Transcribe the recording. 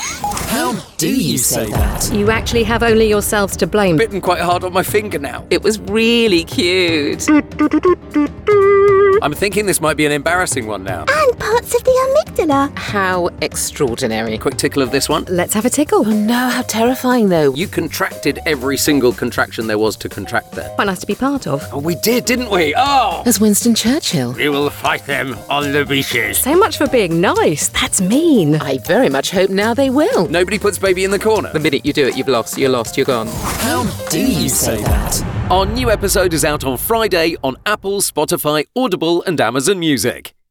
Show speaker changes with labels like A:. A: How do you say that?
B: You actually have only yourselves to blame.
C: Bitten quite hard on my finger now.
D: It was really cute.
C: I'm thinking this might be an embarrassing one now.
E: And parts of the amygdala.
D: How extraordinary.
C: Quick tickle of this one.
B: Let's have a tickle.
D: No, how terrifying though.
C: You contracted every single contraction there was to contract there.
B: Quite nice to be part of.
C: Oh, we did, didn't we? Oh!
D: As Winston Churchill.
F: We will fight them on the beaches.
B: So much for being nice. That's mean.
D: I very much hope now they will.
C: Nobody puts baby in the corner.
D: The minute you do it, you've lost. You're lost. You're gone.
A: How do you say that?
C: Our new episode is out on Friday on Apple, Spotify, Audible, and Amazon Music.